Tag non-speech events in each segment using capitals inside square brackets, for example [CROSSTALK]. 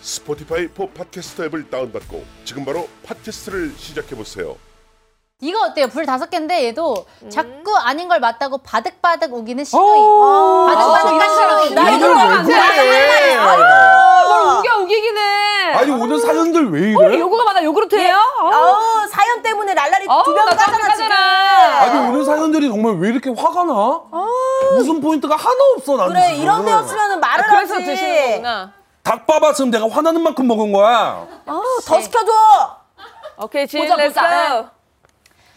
스포티파이 포 팟캐스터 앱을 다운받고 지금 바로 팟캐스트를 시작해보세요. 이거 어때요? 불 다섯 개인데 얘도 자꾸 아닌 걸 맞다고 바득바득 우기는 시도이. 바득바득 깐처럼. 나 이거 왜 그래? 아, 우겨 우기기네. 네. 어, 아니 오늘 사연들 왜 이래? 요구가 많아. 요구르트 해요? 어. 아우 예. 어, 사연 때문에 날라리 두 명 까잖아 지금. 아니 오늘 사연들이 정말 왜 이렇게 화가 나? 어. 무슨 포인트가 하나 없어 나는 그래 지금. 이런 데였으면 말을 아, 아, 그래서 하지. 드시는 거구나. 닭밥아 지금 내가 화나는 만큼 먹은 거야 어, 네. 더 시켜줘. 오케이, 진 보자, 보자.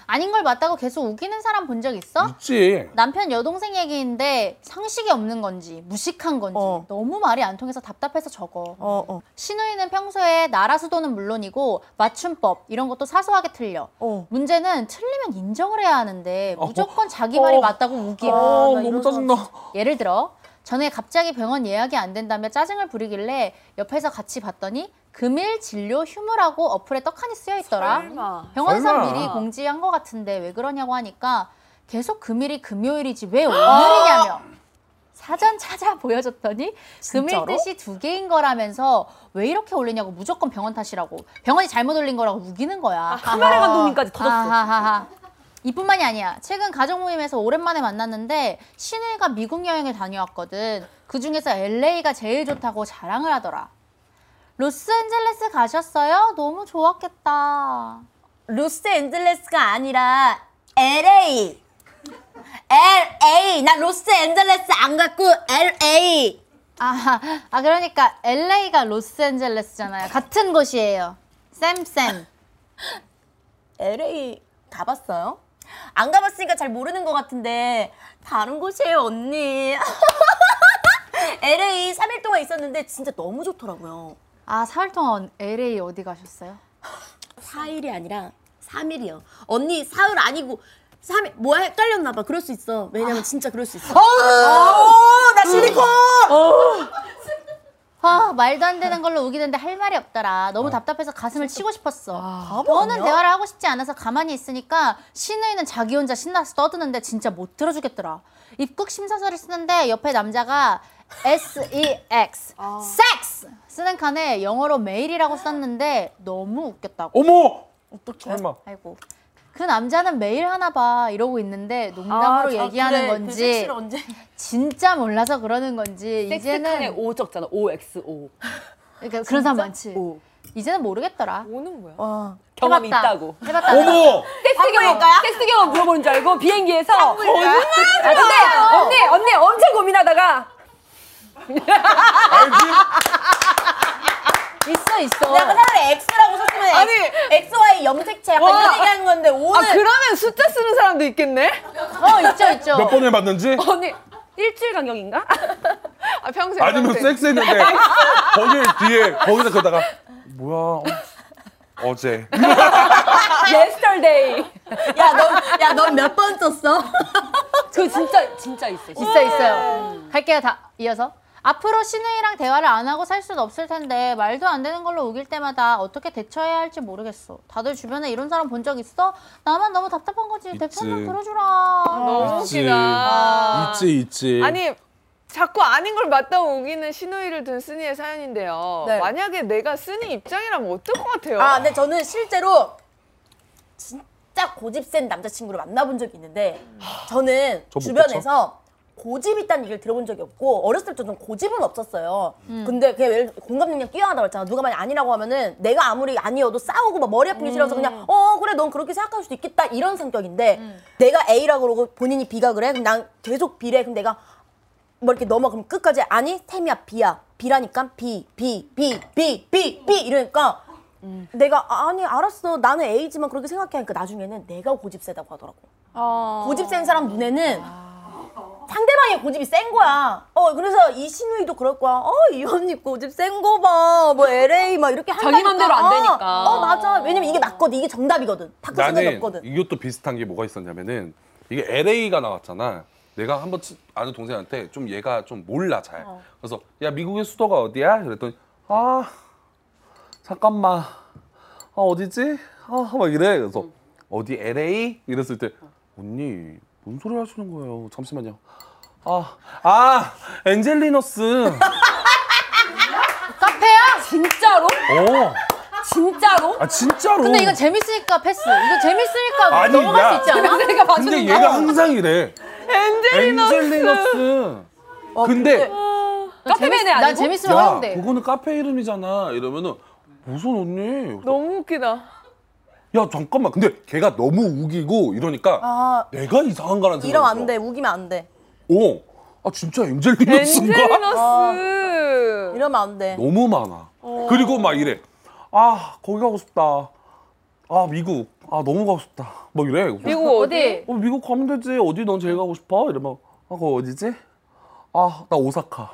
아닌 걸 맞다고 계속 우기는 사람 본 적 있어? 있지 남편 여동생 얘기인데 상식이 없는 건지 무식한 건지 어. 너무 말이 안 통해서 답답해서 적어. 어 어. 신우이는 평소에 나라 수도는 물론이고 맞춤법 이런 것도 사소하게 틀려. 어. 문제는 틀리면 인정을 해야 하는데 무조건 자기 말이 맞다고 우기야. 아, 나 어. 너무 이런 짜증나 예를 들어 전에 갑자기 병원 예약이 안 된다며 짜증을 부리길래 옆에서 같이 봤더니 금일 진료 휴무라고 어플에 떡하니 쓰여 있더라. 병원에서 설마. 미리 공지한 것 같은데 왜 그러냐고 하니까 계속 금일이 금요일이지 [GASPS] 왜 오늘이냐며 사전 찾아 보여줬더니 금일 뜻이 두 개인 거라면서 왜 이렇게 올리냐고 무조건 병원 탓이라고 병원이 잘못 올린 거라고 우기는 [LAUGHS] 거야. 아, 카메라 감독님까지 터졌어. 아하하하. 이뿐만이 아니야. 최근 가족 모임에서 오랜만에 만났는데 신우이가 미국 여행을 다녀왔거든. 그 중에서 LA가 제일 좋다고 자랑을 하더라. 로스앤젤레스 가셨어요? 너무 좋았겠다. 로스앤젤레스가 아니라 LA. LA. 나 로스앤젤레스 안 갔고 LA. 아, 아 그러니까 LA가 로스앤젤레스잖아요. 같은 곳이에요. 쌤쌤. LA 가봤어요? 안 가봤으니까 잘 모르는 것 같은데 다른 곳이에요 언니. [LAUGHS] LA 3일 동안 있었는데 진짜 너무 좋더라고요. 아, 사흘 동안 LA 어디 가셨어요? 4일이 아니라 3일이요. 언니 사흘 아니고 3일 뭐 헷갈렸나 봐. 그럴 수 있어. 왜냐면 진짜 그럴 수 아. 있어. 나 실리콘. 아, 말도 안 되는 걸로 우기는데 할 말이 없더라. 아, 너무 답답해서 가슴을 치고 싶었어. 더는 대화를 하고 싶지 않아서 가만히 있으니까 신우이는 자기 혼자 신나서 떠드는데 진짜 못 들어주겠더라. 입국 심사서를 쓰는데 옆에 남자가 SEX, 아. sex 쓰는 칸에 영어로 메일이라고 썼는데 너무 웃겼다고. 어머 어떡해. 설마 아이고. 그 남자는 매일 하나 봐 이러고 있는데 농담으로 아, 얘기하는 그 건지 언제? 진짜 몰라서 그러는 건지 섹스칸에 이제는 O 적잖아. OXO. 그러니까 그런 사람 많지 O. 이제는 모르겠더라 오는 거야. 와. 경험이 해봤다. 있다고. 해봤다 어머 섹스 경험. 섹스 경험 물어보는 줄 알고 비행기에서. 거짓말하지 아, 근데 언니, 언니 엄청 고민하다가 [LAUGHS] 있어 있어 내가 차라리 그 X라고 썼으면 아니 아, XY 염색체 약간 이런 얘기하는 건데 오늘 아, 그러면 숫자 쓰는 사람도 있겠네. 어 있죠 있죠 몇 번 해봤는지 언니 일주일 간격인가? 아 평생. 아니면 평생. 섹스했는데 거기 뒤에 거기다 그러다가 뭐야 어, 어제 yesterday. 야넌야넌 몇 번 썼어? 그 진짜 진짜 있어. 있어 있어요 갈게요 다 이어서 앞으로 신우이랑 대화를 안 하고 살 수는 없을 텐데 말도 안 되는 걸로 우길 때마다 어떻게 대처해야 할지 모르겠어 다들 주변에 이런 사람 본 적 있어? 나만 너무 답답한 거지 내 편만 들어주라 너무 있지. 웃기다. 아. 있지 있지 아니 자꾸 아닌 걸 맞다 우기는 신호위를 둔 쓰니의 사연인데요. 네. 만약에 내가 쓰니 입장이라면 어떨 것 같아요? 아, 근데 저는 실제로 진짜 고집 센 남자친구를 만나본 적이 있는데 저는 저못 주변에서 고집 있다는 얘기를 들어본 적이 없고 어렸을 때부터 좀 고집은 없었어요. 근데 그게 예를 들어 공감 능력 뛰어나다고 했잖아. 누가 만약 아니라고 하면은 내가 아무리 아니어도 싸우고 막 머리 아프기 싫어서 그냥 어 그래 넌 그렇게 생각할 수도 있겠다 이런 성격인데 내가 A라고 그러고 본인이 B가 그래 그럼 난 계속 B래 그럼 내가 뭐 이렇게 넘어 그럼 끝까지 아니 템이야 B야 B라니까 B B B B B B 이러니까 내가 아, 아니 알았어 나는 A지만 그렇게 생각해 하니까 나중에는 내가 고집 세다고 하더라고 아. 고집 센 사람 눈에는 상대방의 고집이 센 거야 어 그래서 이 신우이도 그럴 거야 어 이 언니 고집 센 거봐뭐 LA 막 이렇게 한다니까 자기 맘대로 안 되니까. 어, 어 맞아 왜냐면 이게 맞거든. 이게 정답이거든. 바꿀 그 생각이 나는 없거든. 이것도 비슷한 게 뭐가 있었냐면은 이게 LA가 나왔잖아. 내가 한번 치- 아는 동생한테 좀 얘가 좀 몰라 잘. 어. 그래서 야 미국의 수도가 어디야? 그랬더니 아 잠깐만 아 어디지? 아막 이래. 그래서 음. 어디 LA? 이랬을 때 어. 언니 뭔 소리 하시는 거예요? 잠시만요. 아 아, 엔젤리너스. 카페야? 진짜로? 어. 진짜로? 아 진짜로. 근데 이건 재밌으니까 패스. 이거 재밌으니까 아니, 넘어갈 야. 수 있지 않아? 내가 근데 봐주는 얘가 항상 이래. 엔젤리너스. 어, 네. 근데 카페맨에 난 아니고? 재밌으면 야, 하는데. 그거는 카페 이름이잖아. 이러면은 무슨 언니? 너무 웃기다. 야 잠깐만. 근데 걔가 너무 우기고 이러니까 아, 내가 이상한가라는 생각이 이러면 안 돼. 우기면 안 돼. 오, 아 진짜 엔젤리너스인가? 엔젤리너스. 이러면 안 돼. 너무 많아. 그리고 막 이래. 아 거기 가고 싶다. 아 미국. 아 너무 가고 싶다. 막 이래. 미국 어디? 어, 미국 가면 되지. 어디 넌 제일 가고 싶어? 이러면 아 그거 어디지? 아 나 오사카.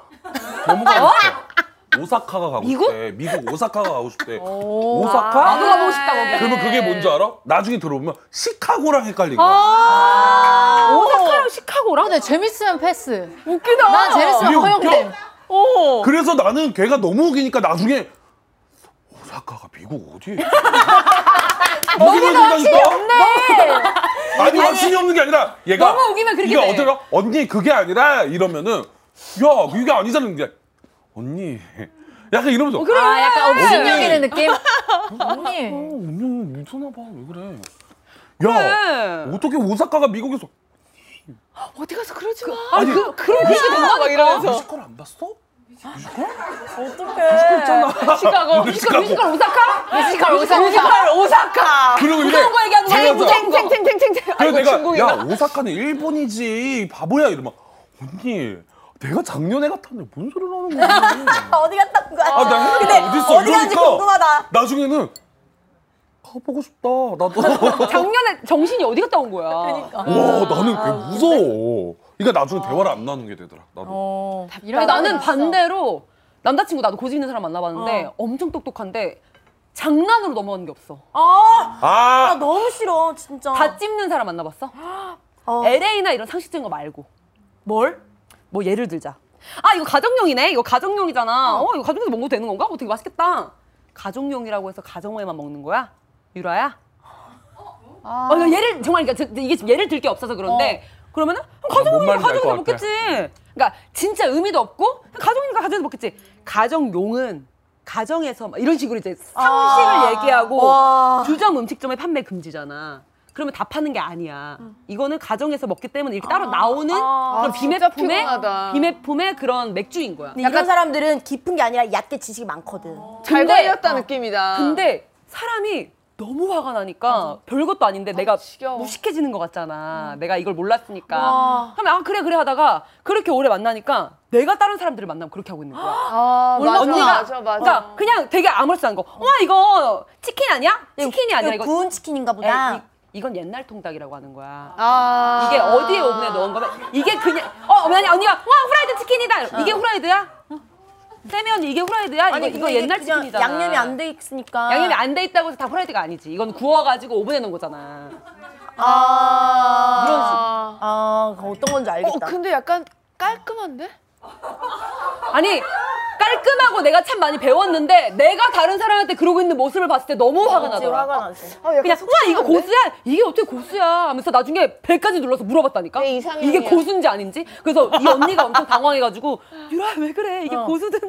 너무 가고 싶어. 오사카가 가고 싶대. 미국 오사카가 가고 싶대. 오사카? 나도 가보고 싶다 거기. 그러면 그게 뭔지 알아? 나중에 들어보면 시카고랑 헷갈린 거야. 아, 오사카랑 시카고랑? 근데 재밌으면 패스. 웃기다. 난 재밌으면 미국, 허용됨. 어. 그래서 나는 걔가 너무 웃기니까 나중에 오사카가 미국 어디? 너무 확신이 [LAUGHS] 없네. 아니 확신이 없는 게 아니라 얘가 너무 우기면 그렇게 이게 돼. 어디로 언니 그게 아니라 이러면은 야 이게 아니잖아 이제 언니 약간 이러면서 아, 약간 그래. 업신여기는 느낌? 언니. 언니 미쳤나 봐왜 그래? 야 어떻게 오사카가 미국에서 어디 가서 그러지 마. 아니 그, 그런 얘기 된다 막 이러면서. 뮤지컬 안 봤어? 시카고. [LAUGHS] 뮤지컬 뮤지컬 오사카? 뮤지컬 오사카. 뮤지컬 오사카. 그리고 이래 무서운 거 얘기하는 거 아니야? 그래서- 무서운 거. 탱탱탱탱탱. 그래서 아이고 내가 중국이다. 야 오사카는 일본이지 바보야 이러면 언니 내가 작년에 갔다는데 뭔 소리를 하는 거야 어디 갔다 온 거야? 아, 나 헬기가 어딨어? 어디 갔는지 이러니까. 궁금하다. 나중에는 가보고 싶다 [LAUGHS] 나도 작년에 정신이 어디 갔다 온 거야? 그러니까. 와 나는 그게 무서워 그러니까 나중에 대화를 안 나누게 되더라 나도 근데 나는 반대로 남자친구 나도 고집 있는 사람 만나봤는데 엄청 똑똑한데 장난으로 넘어가는 게 없어. 아, 나 아 너무 싫어, 진짜. 다 찝는 사람 만나봤어? 어. LA나 이런 상식적인 거 말고. 뭘? 뭐 예를 들자. 아 이거 가정용이네. 이거 가정용이잖아. 어, 이거 가정용에서 먹어도 되는 건가? 어, 되게 맛있겠다. 가정용이라고 해서 가정에만 먹는 거야? 유라야? 어, 이거 예를 정말 그러니까 저- 이게 지금 예를 들 게 없어서 그런데 그러면은 아, 뭔 가정용이면 말인지 알것 가정에서 같아. 먹겠지. 그러니까 진짜 의미도 없고 가정이니까 가정에서 먹겠지. 가정용은 가정에서 막 이런 식으로 이제 상식을 아, 얘기하고 와. 주점 음식점의 판매 금지잖아. 그러면 다 파는 게 아니야. 이거는 가정에서 먹기 때문에 이렇게 따로 나오는 그런 비매품의 아. 피곤하다. 네. 비매품의 그런 맥주인 거야. 근데 이런 사람들은 깊은 게 아니라 얕게 지식이 많거든. 그 잘 근데- 걸렸다 어. 느낌이다. 근데 사람이 너무 화가 나니까 별것도 아닌데 내가 지겨워. 어. 무식해지는 것 같잖아. 내가 이걸 몰랐으니까. 그러면 아 그래 그래 하다가 그렇게 오래 만나니까 내가 다른 사람들을 만나면 그렇게 하고 있는 거야. 아, 물론 맞아, 언니가 맞아, 맞아. 그러니까 그냥 되게 아무렇지도 않은 거. 와 이거 치킨 아니야? 치킨이 아니라 이거 이거 구운 치킨인가 보다. 에, 이, 이건 옛날 통닭이라고 하는 거야. 아. 이게 어디에 오븐에 넣은 거면 이게 그냥 어 만약 언니가 와 후라이드 치킨이다 이게 후라이드야? 세미 언니 이게 후라이드야? 어. 아니, 이거, 근데 이거 뭐 이게 옛날 그냥 치킨이잖아. 양념이 안 돼 있으니까. 양념이 안 돼 있다고 해서 다 후라이드가 아니지. 이건 구워가지고 오븐에 넣은 거잖아. 아. 아, 아, 그거 어떤 건지 어, 알겠다. 근데 약간 깔끔한데? 아니 깔끔하고 내가 참 많이 배웠는데 내가 다른 사람한테 그러고 있는 모습을 봤을 때 너무 화가 어, 어, 지금 나더라. 화가 나지. 아, 약간 그냥 와 이거 고수야? 이게 어떻게 고수야? 하면서 나중에 벨까지 눌러서 물어봤다니까. 네, 내 이상형이야. 이게 고수인지 아닌지. 그래서 이 언니가 엄청 당황해가지고 유라 왜 그래? 어. 이게 고수든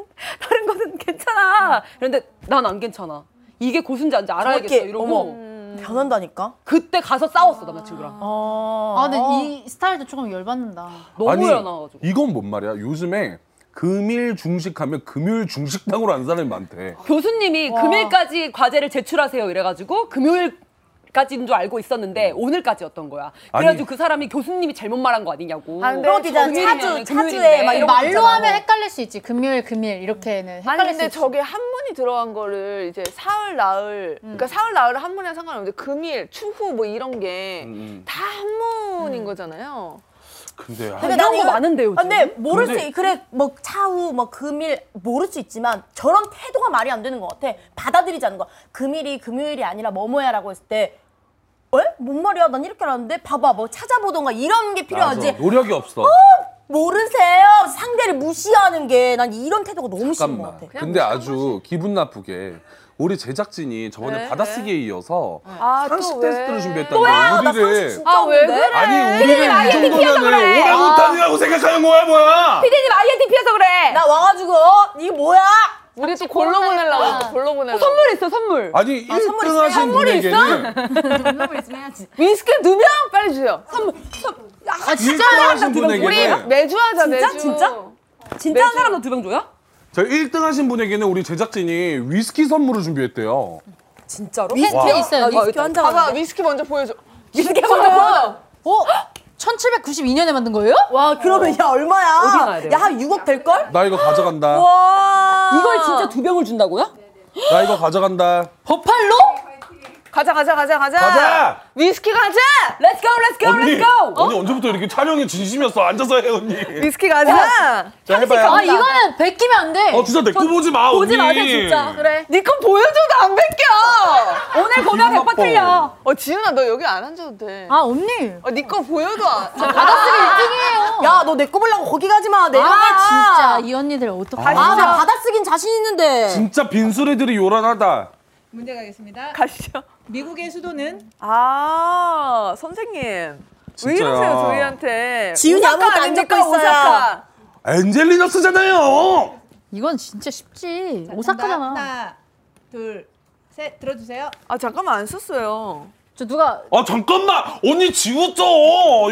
다른 거든 괜찮아. 그런데 난 안 괜찮아. 이게 고수인지 아닌지 알아야겠어. 저렇게, 이러고 음. 어머. 변한다니까. 그때 가서 싸웠어 남자친구랑. 어. 아, 근데 이 스타일도 조금 열받는다. 너무 열나가지고. 이건 뭔 말이야 요즘에 금일 중식하면 금요일 중식당으로 안 사람이 많대 교수님이 금요일까지 과제를 제출하세요 이래가지고 금요일. 까지인 줄 알고 있었는데 오늘까지였던 거야. 음. 아니. 그래가지고 그 사람이 교수님이 잘못 말한 거 아니냐고. 그렇죠. 아, 근데 그러기잖아. 금요일이면 차주, 금요일인데. 차주에 막 이런 거 말로 있잖아. 하면 헷갈릴 수 있지. 금요일, 금일 이렇게는 아니 헷갈릴 수 근데 있지. 저게 한문이 들어간 거를 이제 사흘 나흘 그러니까 사흘 나흘은 한문이랑 상관없는데 금일 추후 뭐 이런 게 다 음, 음. 한문인 거잖아요. 근데 아, 근데 이런 난 거 이거- 많은데, 요즘. 아, 근데 모를 근데- 수 있- 그래 뭐 차후 뭐 금일 모를 수 있지만 저런 태도가 말이 안 되는 것 같아. 받아들이지 않는 거. 금일이 금요일이 아니라 뭐뭐야라고 했을 때. 에? 뭔 말이야? 난 이렇게 알았는데 봐봐 뭐 찾아보던가 이런 게 필요하지 맞아. 노력이 없어. 모르세요 상대를 무시하는 게 난 이런 태도가 너무 싫은 것 잠깐만. 같아 근데 아주 기분 나쁘게 우리 제작진이 저번에 네, 바다쓰기에 이어서 아, 또 상식 왜? 테스트를 준비했다는 또야 나 거야. 상식 우리를 진짜 아, 왜 없는데? 그래? 아니 우리를 이 정도면은 오랑우탄이라고 생각하는 거야 뭐야? 피디님 INTP여서 그래. 나 와가지고 어? 이게 뭐야? 우리 또 골로 보내려고 골로 보내려고 선물 있어 선물. 아니 일 선물 1등 있어요? 하신 선물이 있어? 분에게는 윈스킨 두 명 빨리 주세요 네. 아, 진짜 1등 하신 우리 분에게는 매주 하자 매주 진짜? 진짜 한 사람당 두병 줘요? 저 1등 하신 분에게는 우리 제작진이 위스키 선물을 준비했대요. 진짜로? 네, 있어요. 나 위스키 아, 한잔 봐봐 윈스키 먼저 보여줘 위스키 한잔 보여 어? 1792년에 만든 거예요? 와 아, 그러면 야 얼마야 어디 가야 돼요? 야한 6억 될걸? 나 이거 가져간다. 와 이걸 진짜 두 병을 준다고요? 나 이거 가져간다. 버팔로? 가자 가자 가자 가자 가자! 윈스키 가자 Let's go, let's go, 언니, 어? let's go. 언니 언제부터 이렇게 촬영에 진심이었어? 앉아서 해 언니. 윈스키 가자 자 해봐요. 아, 이거는 베끼면 안 돼. 어 진짜 내거 보지 마 언니. 보지 마세요 진짜. 그래. 니건 네. 보여줘도 안 뺏겨 오늘 보면 100번 틀려. 어 지윤아 너 여기 안 앉아도 돼 아, 언니. 어, 니건 보여도 안 야 너 내 거 보려고 거기 가지마 내가 아, 진짜 이 언니들 어떡하지? 아나 받아쓰긴 자신 있는데 진짜 빈수레들이 요란하다. 문제 가겠습니다. 가시죠 미국의 수도는 아 선생님 왜 진짜야. 이러세요 저희한테 지훈이 오사카 아무것도 안 아닙니까, 적고 있어요. 오사카. 엔젤리나 쓰잖아요. 이건 진짜 쉽지. 자, 정답 오사카잖아. 하나, 둘, 셋 들어주세요. 아 잠깐만 안 썼어요 저 누가 아 잠깐만 언니 지웠죠.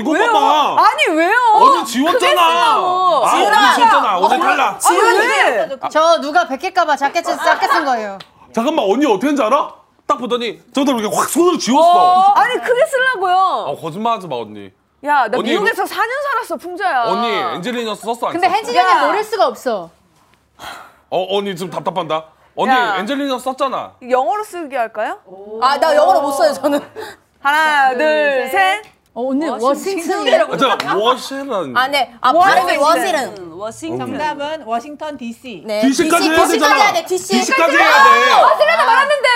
이거 왜요? 봐봐. 아니 뭐? 왜요? 언니 지웠잖아. 쓰라고. 아 언니 지웠잖아. 오늘 탈락. 아니 왜? 저 누가 베낄까봐 자켓 작게 쓴 거예요. 잠깐만 언니 어떻게 했는지 알아? 딱 보더니 저도 이렇게 확 손으로 지웠어. 아니 크게 쓰려고요. 아 거짓말하지 마 언니. 야 나 언니, 미국에서 4년 살았어 풍자야. 언니 엔젤리나 썼어 안 근데 썼어? 혜진이 언니 모를 수가 없어. 어 언니 지금 답답한다. 언니 야. 엔젤리나 썼잖아. 영어로 쓰게 할까요? 아 나 영어로 못 써요 저는 하나 둘 셋. 어, 언니 워싱턴이라고. 아, 자 워시라는. 아네아 발음이 워실은 워싱턴. 정답은 워싱턴 D.C. 네. DC까지 해야 DC 까지 되잖아. 해야 돼. DC. DC까지 해야 돼.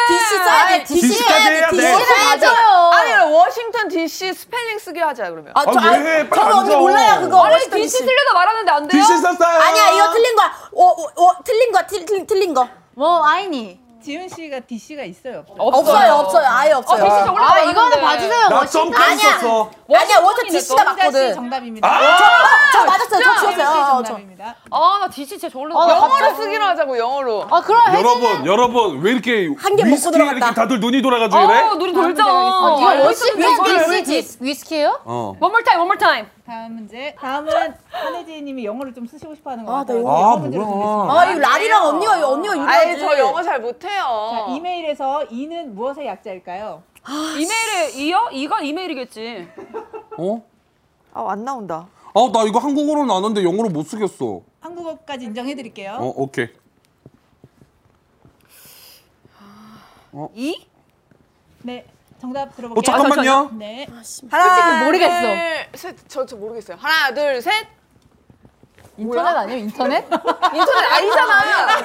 DC 써야 돼. DC DC까지 해야 돼. 해야 돼. DC 써야 돼. 아니 워싱턴 D.C. 스펠링 쓰게 하자 그러면. 아, 저, 아, 아, 왜 해? 빨리 저는 언니 앉아. 몰라요, 그거. 아니 워싱턴 D.C. DC. 틀려다 말하는데 안 돼요? DC 썼어요. 아니야, 이거 틀린 거야. 어, 어, 어, 틀린 거야, 틀, 틀, 틀린 거. 뭐 아이니. 지훈 씨가 D.C.가 있어요. 없어요? 없어요, 없어요. 아예 어, 없어요. D.C. 저걸로 아 이거는 봐주세요. 나 워싱턴. 점프 아니야. 썼어. 아니야, 워터 DC가 혼자 씨 맞거든. 정답입니다. 아, 저 맞았어요. 저 지훈 씨 지웠어요. 아, 저. 정답입니다. 아나 D.C. 제 저걸로. 어, 영어로 갑자기. 쓰기로 하자고 영어로. 아 그럼 혜진. 여러분, 여러분 왜 이렇게 한개 먹고 위스키에 들어갔다. 이렇게 다들 눈이 돌아가지고 이래? 어, 눈이 돌죠. 어. 이거 알고 있었는데 이걸 워싱턴 아, 왜 DC 위스키예요? 어. One more time, one more time. 다음 문제. 다음은 한혜진님이 영어를 좀 쓰시고 싶어하는 것 아, 같아요. 네, 나 그래서 아 영어 문제로 준비했습니다. 뭐야? 아, 이거 라리랑 언니가, 언니가 아예 유리하지. 저 영어 잘 자, 어. 못해요. 이메일에서 이는 무엇의 약자일까요? 이메일에 이어? 이건 이메일이겠지. 어? 아 안 나온다. 아, 나 이거 한국어로는 아는데 영어로 못 쓰겠어. 어, 한국어까지 인정해드릴게요. 오케이. 이? 네, 정답 들어볼게요. 어, 잠깐만요. 네, 하나 모르겠어. 셋저 저 모르겠어요. 하나 둘 셋. 인터넷 아니에요? 인터넷? 인터넷 아니잖아.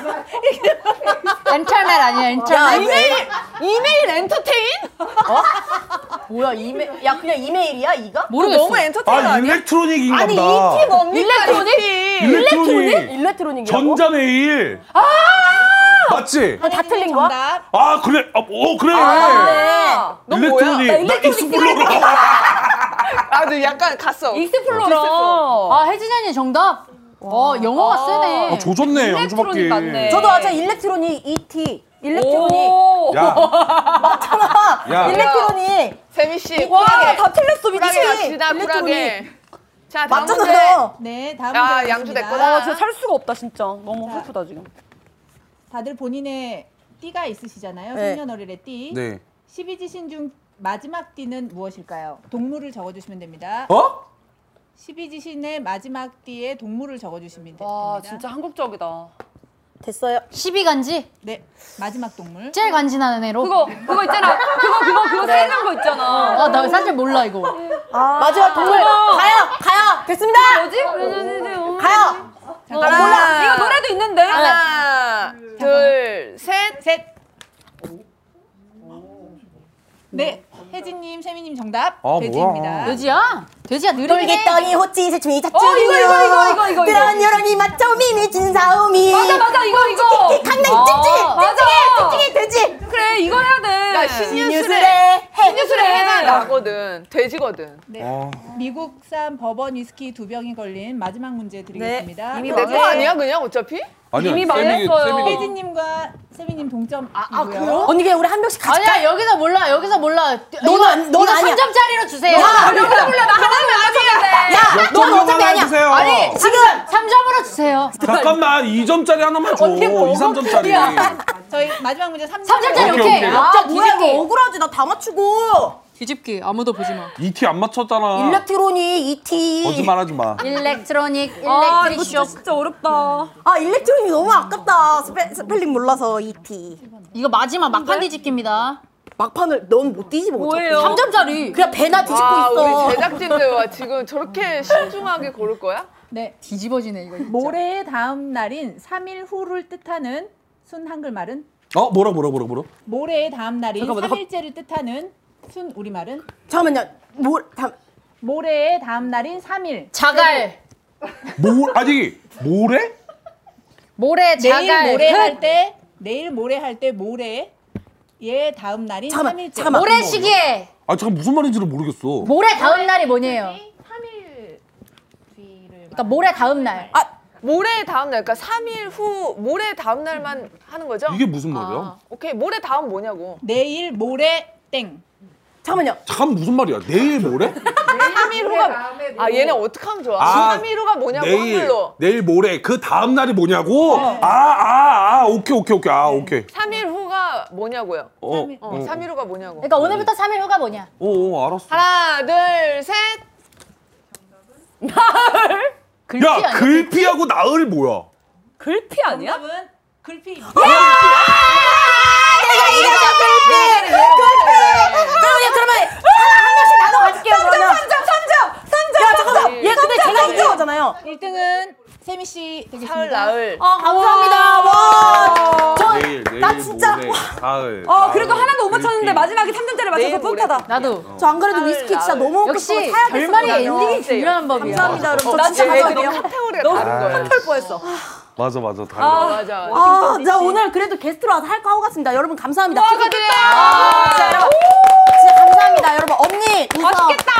인터넷 아니야 야, 인터넷. 이메일? 이메일 엔터테인? 뭐야, 이메일? 야, 그냥 이메일이야, 이가? 모르겠어. 너무 엔터테인 아, 아니야? 일렉트로닉인가 아니, 보다. 이티 뭡니까? 일렉트로닉. 일렉트로닉. 일렉트로닉이라고? 전자메일. 맞지? 아, 다 틀린 거야? 정답. 아, 그래. 아, 오, 그래. 네. 너 일렉트로닉. 뭐야? 나 익스플로러. 아, 너 약간 갔어. 익스플로러. 아 혜진이 언니 정답. 어 영어가 세네. 아, 조졌네, 양주밖에. 일렉트로닉 맞네. 저도 아까 일렉트로닉, ET. 일렉트로닉. 오. 야, 야. [LAUGHS] 일렉트로닉. 세미 씨. 와, 다 틀렸어, 미치. 불하게 갑시다, 일렉트로닉. 불하게. 자, 다음 문제. 맞잖아. 네, 다음 문제 야, 양주 가겠습니다. 됐구나. 진짜 살 수가 없다 진짜. 너무 슬프다 지금. 다들 본인의 띠가 있으시잖아요. 네. 소년어린의 띠. 네. 십이지신 중 마지막 띠는 무엇일까요? 동물을 적어주시면 됩니다. 어? 십이지신의 마지막 띠에 동물을 적어주시면 와 됩니다. 진짜 한국적이다. 됐어요. 12간지? 네, 마지막 동물. 제일 간지나는 애로? 그거 그거 네. 있잖아. 그거 그거 그거 생각한 거 있잖아. 아, 나 사실 몰라, 이거. 마지막 동물 가요 가요 됐습니다 가요 몰라. 이거 노래도 있는데. 하나, 둘, 셋. 셋. 네, 혜진님, 세미님 정답 아, 뭐야. 돼지입니다. 돼지야? 돼지야 느리네. 돌겠더니 호치세 주이 자쭈 어, 이거, 이거, 이거, 이거, 이거. 그런 여론이 맞춰미미 진사오미 맞아 맞아 이거 이거. 강냉 찡찡 맞아. 찡찡이 돼지 그래 이거 해야 나 돼. 신유술에 신유술에 해. 해는 나거든. 돼지거든. 미국산 버번 위스키 두 병이 걸린 마지막 문제 드리겠습니다. 이미 내 거 아니야 그냥 어차피? 아니야, 이미 세미- 말했어요. 세미가- 혜진님과 세미님 동점. 아, 언니 그냥 우리 한 명씩 같이 아니야 여기서 몰라 여기서 몰라. 넌 안- 넌 아니야. 3점짜리로 주세요. 몰라 나 하나면 아니야. 가야넌 어차피 아니야 아니, 지금 3점으로 주세요. 잠깐만 2점짜리 하나만 줘. 2, 3점짜리. 저희 마지막 문제 3점. 3점짜리 오케이. 오케이, 오케이. 아, 야 뭐야 이거 뒤집기. 억울하지 나 다 맞추고 뒤집기 아무도 보지 마. 2티 안 맞췄잖아. 일렉트로니 ET 거짓말하지 마. 일렉트로닉 아 일렉트릭 이거 쇼. 진짜, 진짜 어렵다. 아 일렉트로니 너무 아깝다 스페, 스펠링 몰라서 ET 이거 마지막 막판 뒤집기입니다. 막판을 넌 못 뒤집어 뭐예요? 3점짜리. 그냥 배나 뒤집고 아 있어 우리 제작진들 와 지금 저렇게 신중하게 고를 거야? 네, 뒤집어지네 이거. 진짜. 모레의 다음 날인 3일 후를 뜻하는 순 한글말은 어, 뭐라 뭐라 뭐라 뭐라. 모레의 다음 날인 잠깐만, 잠깐- 3일째를 뜻하는 순 우리말은 잠깐만요 뭘 다음 모레의 다음 날인 3일. 자갈. 뭐 아니, 뭐래? 모래 내일 자갈. 모레 할 때 내일 모레 할 때 모레의 예, 다음 날인 잠깐만, 3일째. 잠깐만. 모래 시기에 아, 잠깐 무슨 말인지를 모르겠어. 모래 다음 날이 뭐냐예요? 3일 그러니까 모래 다음 날. 모레 다음 날, 그러니까 3일 후 모레 다음 날만 하는 거죠? 이게 무슨 말이야? 아, 오케이 모레 다음 뭐냐고. 내일 모레 땡. 잠깐만요 잠깐 무슨 말이야? 내일 모레? 3일 후가 아 얘네 어떻게 하면 좋아? 아, 3일 후가 뭐냐고 내일 한글로. 내일 모레 그 다음 날이 뭐냐고? 아, 아, 아. 오케이, 오케이, 오케이. 아, 오케이. 3일 후가 뭐냐고요? 어. 어, 3일 후가 뭐냐고. 그러니까 오늘부터 3일 후가 뭐냐? 어, 어, 알았어. 하나, 둘, 셋. 글씨 야, 아니야? 글피하고 나을 뭐야? 글피 아니야? 답은 글피. 그러면 그러면 하나 아, 한 아, 명씩 나눠 갈게요 그러면 3점 3점 3점 야 잠깐만 얘 근데 제가 이긴 거잖아요 네. 1등은 세미 씨 되겠습니다. 사흘, 나흘. 어, 아 감사합니다. 내일, 내일 진짜- 모레 나을. 어 그래도 나을, 하나도 못 맞췄는데 글피. 마지막에 3점짜리 맞춰서 내일 모레. 뿌듯하다. 나도. 저 안 그래도 위스키 진짜 나을. 너무 먹고 아, 역시 싶어서 사야 결말이 됐었거든요. 엔딩이 중요한 법이야. 어, 감사합니다 여러분 저 나 진짜 진짜 왜 감사드려요 너무 카테고리가 아. 다른 거예요. 뻔했어. 맞아, 맞아. 다른 아, 거. 맞아. 아, 나 오늘 그래도 게스트로 와서 할거 하고 갔습니다. 여러분 감사합니다. 축하드려요. 진짜 여러분, 진짜 감사합니다. 여러분 언니 우선 맛있겠다.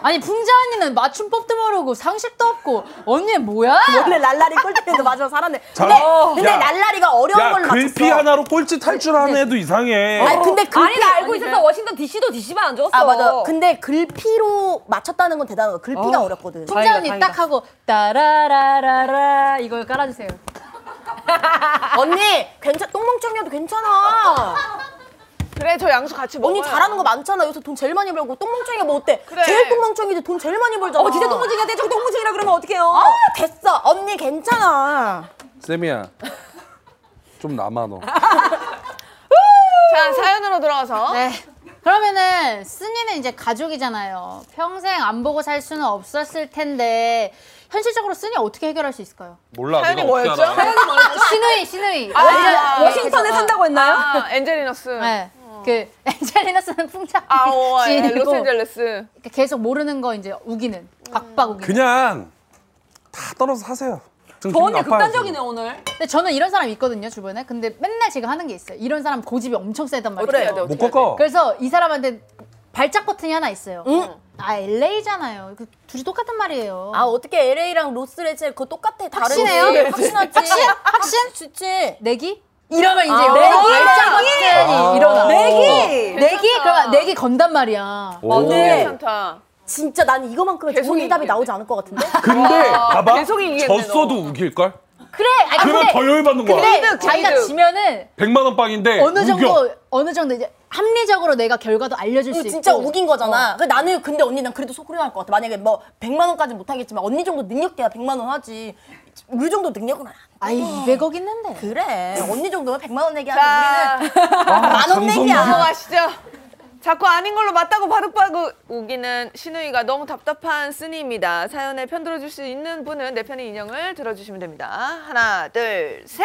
아니 풍자 언니는 맞춤법도 모르고 상식도 없고 언니 뭐야? 원래 랄라리 꼴찌인데 마지막 살았네. 잘- 근데, 어. 근데 야. 랄라리가 어려운 야, 걸로 글피 맞췄어. 어. 하나로 꼴찌 탈출하는 애도 이상해. 아니 근데 글피 아니 나 알고 있었어. 워싱턴 DC도 DC만 안 줬어. 아 맞아. 근데 글피로 맞췄다는 건 대단한 거. 글피가 어. 렵거든 풍자 언니 딱 하고 따라라라라 이걸 깔아주세요. 언니 괜찮 똥멍청이어도 괜찮아. 그래, 저 양수 같이 먹어. 언니 잘하는 거 많잖아. 여기서 돈 제일 많이 벌고 똥멍청이가 뭐 어때? 그래. 제일 똥멍청이지 돈 제일 많이 벌잖아. 어 진짜 똥무지가 대저 똥무지라 그러면 어떡해요? 아 됐어. 언니 괜찮아. 세미야. 좀 남아 너. 자, 사연으로 돌아와서. 네. 그러면은 쓴이는 이제 가족이잖아요. 평생 안 보고 살 수는 없었을 텐데 현실적으로 쓴이 어떻게 해결할 수 있을까요? 몰라. 사연이 내가 어떻게 뭐였죠? 알아. 신우이 신우이. 아, 워싱턴에 산다고 했나요? 아, 엔젤리너스. 네. 그 엔젤리나스는 풍자 어. 아, 오, 예, [LAUGHS] 지인이고 로스앤젤레스. 음. 계속 모르는 거 이제 우기는 박박 우기는. 그냥 다 떨어서 사세요. 지금 저 기분 언니 나빠요, 극단적이네 지금. 오늘. 근데 저는 이런 사람 있거든요 주변에. 근데 맨날 제가 하는 게 있어요. 이런 사람 고집이 엄청 세단 말이에요. 어떻게 해야 돼? 못 어떻게 해야 돼? 꺾어. 그래서 이 사람한테 발작 버튼이 하나 있어요. 아 LA잖아요. 그 둘이 똑같은 말이에요. 아 어떻게 LA랑 로스레젤 그거 똑같아. 다른 확신해요? 거. 네. 확신하지. 확신? 확신? 진짜. 아, 내기? 이러면 이제 아, 여기서 내기! 발작 아. 버튼이 일어나. 내기! 내기? 그러면 내기 건단 말이야. 오. 네. 괜찮다. 진짜 난 이거만큼은 계속 좋은 답이 이기겠네. 나오지 않을 것 같은데? 근데 봐봐. 계속 이기겠네, 졌어도 우길걸? 그래. 네, 아니 그러면 근데 더 열받는 거야. 근데 이득, 자기가 이득. 지면은 100만 원 빵인데 어느 네, 우겨. 정도 어느 정도 이제 합리적으로 내가 결과도 알려줄 수 이거 있고. 진짜 우긴 거잖아. 그 나는 근데 언니 난 그래도 속으려할 것 같아. 만약에 뭐 100만 원까지 못 하겠지만 언니 정도 능력 돼야 100만 원 하지. 우리 정도 능력은 안 돼. 아이 200억 있는데. 아, 그래. 언니 정도면 100만 원 내기 하는 자, 우리는 만 원 아, 장성민. 내기야. 넘어가시죠. 아, 자꾸 아닌 걸로 맞다고 바로바로 우기는 신우이가 너무 답답한 쓰니입니다. 사연에 편 들어줄 수 있는 분은 내 편의 인형을 들어주시면 됩니다. 하나, 둘, 셋.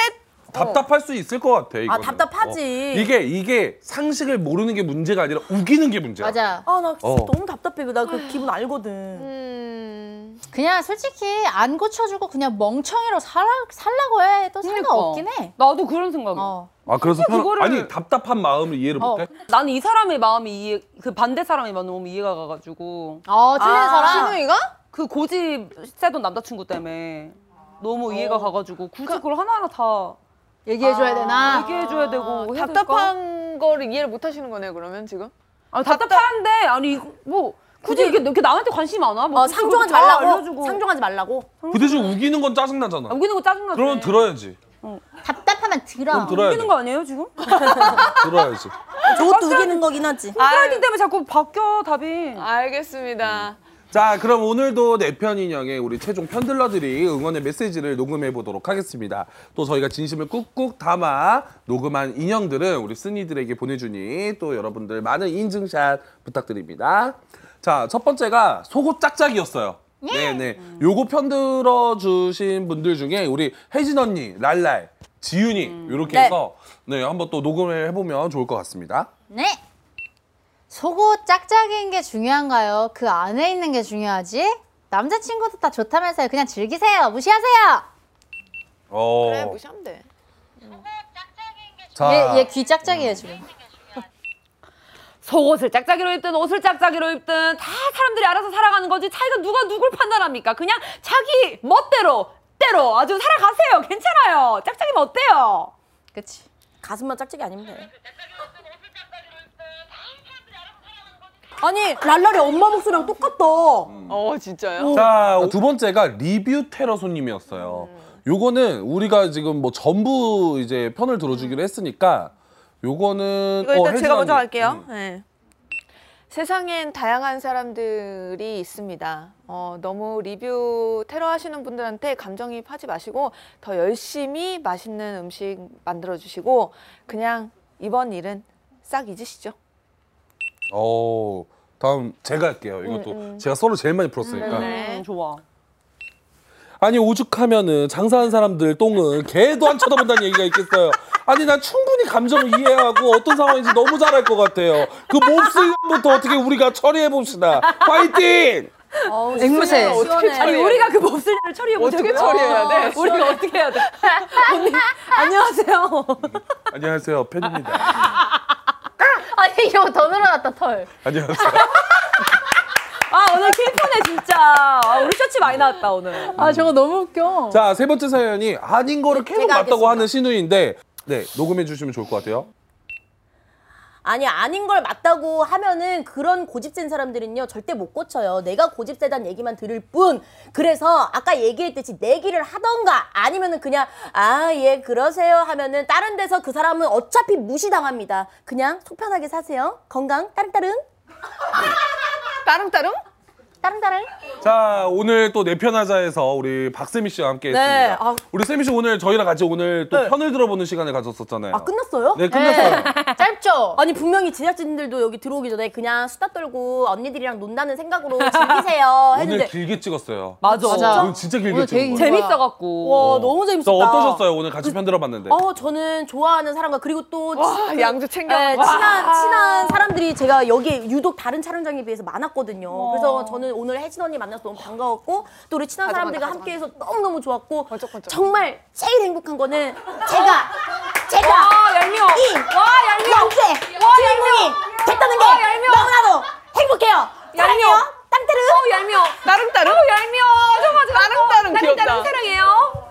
어, 답답할 수 있을 것 같아. 이거는. 답답하지. 어. 이게 이게 상식을 모르는 게 문제가 아니라 우기는 게 문제야. 맞아. 아, 나 진짜 어. 너무 답답해. 나 그 기분 알거든. 음, 그냥 솔직히 안 고쳐주고 그냥 멍청이로 살아, 살라고 해도 상관없긴 해. 그러니까. 나도 그런 생각이야. 어. 아 그래서 편... 그거를- 아니 답답한 마음을 이해를 어, 못해? 나는 이 사람의 마음이 이해, 그 반대 사람의 마음이 너무 이해가 가가지고 어, 틀린 아, 사람. 신우이가? 그 고집 세던 남자친구 때문에 너무 이해가 가가지고 굳이 그걸 하나하나 다 아, 얘기해줘야 되나? 얘기해줘야 되고 해야 될까? 아, 답답한 거를 이해를 못 하시는 거네요, 그러면 지금? 아니, 답답한데 아니 이거 뭐 굳이 이게 이렇게 나한테 관심이 많아? 뭐 어, 상종하지 그렇게 다 말라고. 알려주고. 상종하지 말라고. 그 대신 우기는 건 짜증 나잖아. 아, 우기는 거 짜증나. 그러면 들어야지. 답답하면 들어. 그럼 들어야 돼. 우기는 거 아니에요 지금? 들어야지. 아, 저것도 우기는 거긴 하지. 스트라이팅 때문에 자꾸 바뀌어 답이. 알겠습니다. [LAUGHS] 자, 그럼 오늘도 네 내편 인형의 우리 최종 편들러들이 응원의 메시지를 녹음해 보도록 하겠습니다. 또 저희가 진심을 꾹꾹 담아 녹음한 인형들은 우리 쓴이들에게 보내주니 또 여러분들 많은 인증샷 부탁드립니다. 자, 첫 번째가 속옷 짝짝이었어요. 네네. 요거 편들어 주신 분들 중에 우리 혜진 언니, 랄랄, 지윤이 이렇게 해서 네 한번 또 녹음을 해보면 좋을 것 같습니다. 네. 속옷 짝짝이인 게 중요한가요? 그 안에 있는 게 중요하지? 남자친구도 다 좋다면서요. 그냥 즐기세요. 무시하세요. 어. 그래, 무시하면 돼. 자, 얘 귀 짝짝이에요 지금. 속옷을 짝짝이로 입든 옷을 짝짝이로 입든 다 사람들이 알아서 살아가는 거지 자기가 누가 누굴 판단합니까? 그냥 자기 멋대로 때로 아주 살아가세요. 괜찮아요. 짝짝이면 어때요? 그치. 가슴만 짝짝이 아니면 돼. 아니 랄랄이 엄마 목소리랑 똑같다. 어, 진짜요? 자, 아, 두 번째가 리뷰 테러 손님이었어요. 음. 요거는 우리가 지금 뭐 전부 이제 편을 들어주기로 했으니까 요거는 음. 이거 일단 제가 어, 혜진 먼저 언니. 할게요. 음. 네. 세상엔 다양한 사람들이 있습니다. 어, 너무 리뷰 테러 하시는 분들한테 감정이입하지 마시고 더 열심히 맛있는 음식 만들어 주시고 그냥 이번 일은 싹 잊으시죠. 어, 다음 제가 할게요. 이것도 제가 서로 제일 많이 풀었으니까. 음. 네. 좋아. 아니 오죽하면은 장사한 사람들 똥은 개도 안 쳐다본다는 얘기가 있겠어요. 아니 난 충분히 감정을 이해하고 어떤 상황인지 너무 잘 알 것 같아요. 그 몹쓸부터 어떻게 우리가 처리해 봅시다. 파이팅! 앵무새 어떻게 네, 아니 처리해요? 우리가 그 몹쓸을 처리해 보자고요. 어떻게 처리해야 돼? 우리가 어떻게 해야 돼? 언니 안녕하세요. 안녕하세요 팬입니다. 아니 이거 더 늘어났다 털. 안녕하세요. 아 오늘 킬퍼네 진짜. 아, 우리 셔츠 많이 나왔다 오늘. 아 저거 너무 웃겨. 자, 세 번째 사연이 아닌 거를 계속 어. 제가 맞다고 하겠습니다. 하는 신우인데, 네, 녹음해 주시면 좋을 것 같아요. 아니 아닌 걸 맞다고 하면은 그런 고집센 사람들은요 절대 못 고쳐요. 내가 고집세단 얘기만 들을 뿐. 그래서 아까 얘기했듯이 내기를 하던가 아니면은 그냥 아 예 그러세요 하면은 다른 데서 그 사람은 어차피 무시당합니다. 그냥 속 편하게 사세요. 건강 따릉따릉. 따름따름? 따릉따릉. 자, 오늘 또네 내편하자에서 우리 박세미 씨와 함께 했습니다. 아. 네. 우리 세미 씨 오늘 저희랑 같이 오늘 또 편을 들어보는 시간을 가졌었잖아요. 아 끝났어요? 네, 끝났어요. 짧죠. 아니 분명히 제작진들도 여기 들어오기 전에 그냥 수다 떨고 언니들이랑 논다는 생각으로 즐기세요 [LAUGHS] 오늘 했는데 길게 찍었어요. 맞아. 오늘 진짜 길게 오늘 찍은 되게 거예요. 재밌어 갖고. 와 너무 저 재밌었다. 어떠셨어요? 네. 오늘 같이 편 들어봤는데. 어 저는 좋아하는 사람과 그리고 또 와, 아, 양주 챙겨. 네, 친한 친한 사람들이 제가 여기 유독 다른 촬영장에 비해서 많았거든요. 그래서 저는 오늘 혜진 언니 만나서 너무 반가웠고 또 우리 친한 사람들과 함께해서 너무 너무 좋았고 번쩍번쩍. 정말 제일 행복한 거는 제가 제가 와 얄미워. 이 영세 주인공이 됐다는 게 너무나도 행복해요. 사랑해요. 땅테르. 어, 얄미워. 어, 따름따름? 얄미워. 정말 따릉따릉 따릉따릉 귀엽다. 사랑해요.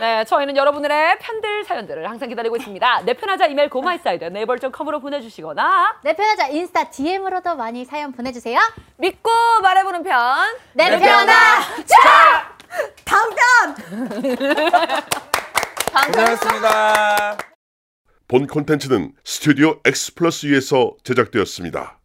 네, 저희는 여러분들의 편들 사연들을 항상 기다리고 있습니다. 내 편하자 이메일 고마이사이드 네이버점컴으로 보내주시거나 내 편하자 인스타 DM으로도 많이 사연 보내주세요. 믿고 말해보는 편. 내 편하자. 다음 편. 고생하셨습니다. 본 콘텐츠는 스튜디오 X 플러스 위에서 제작되었습니다.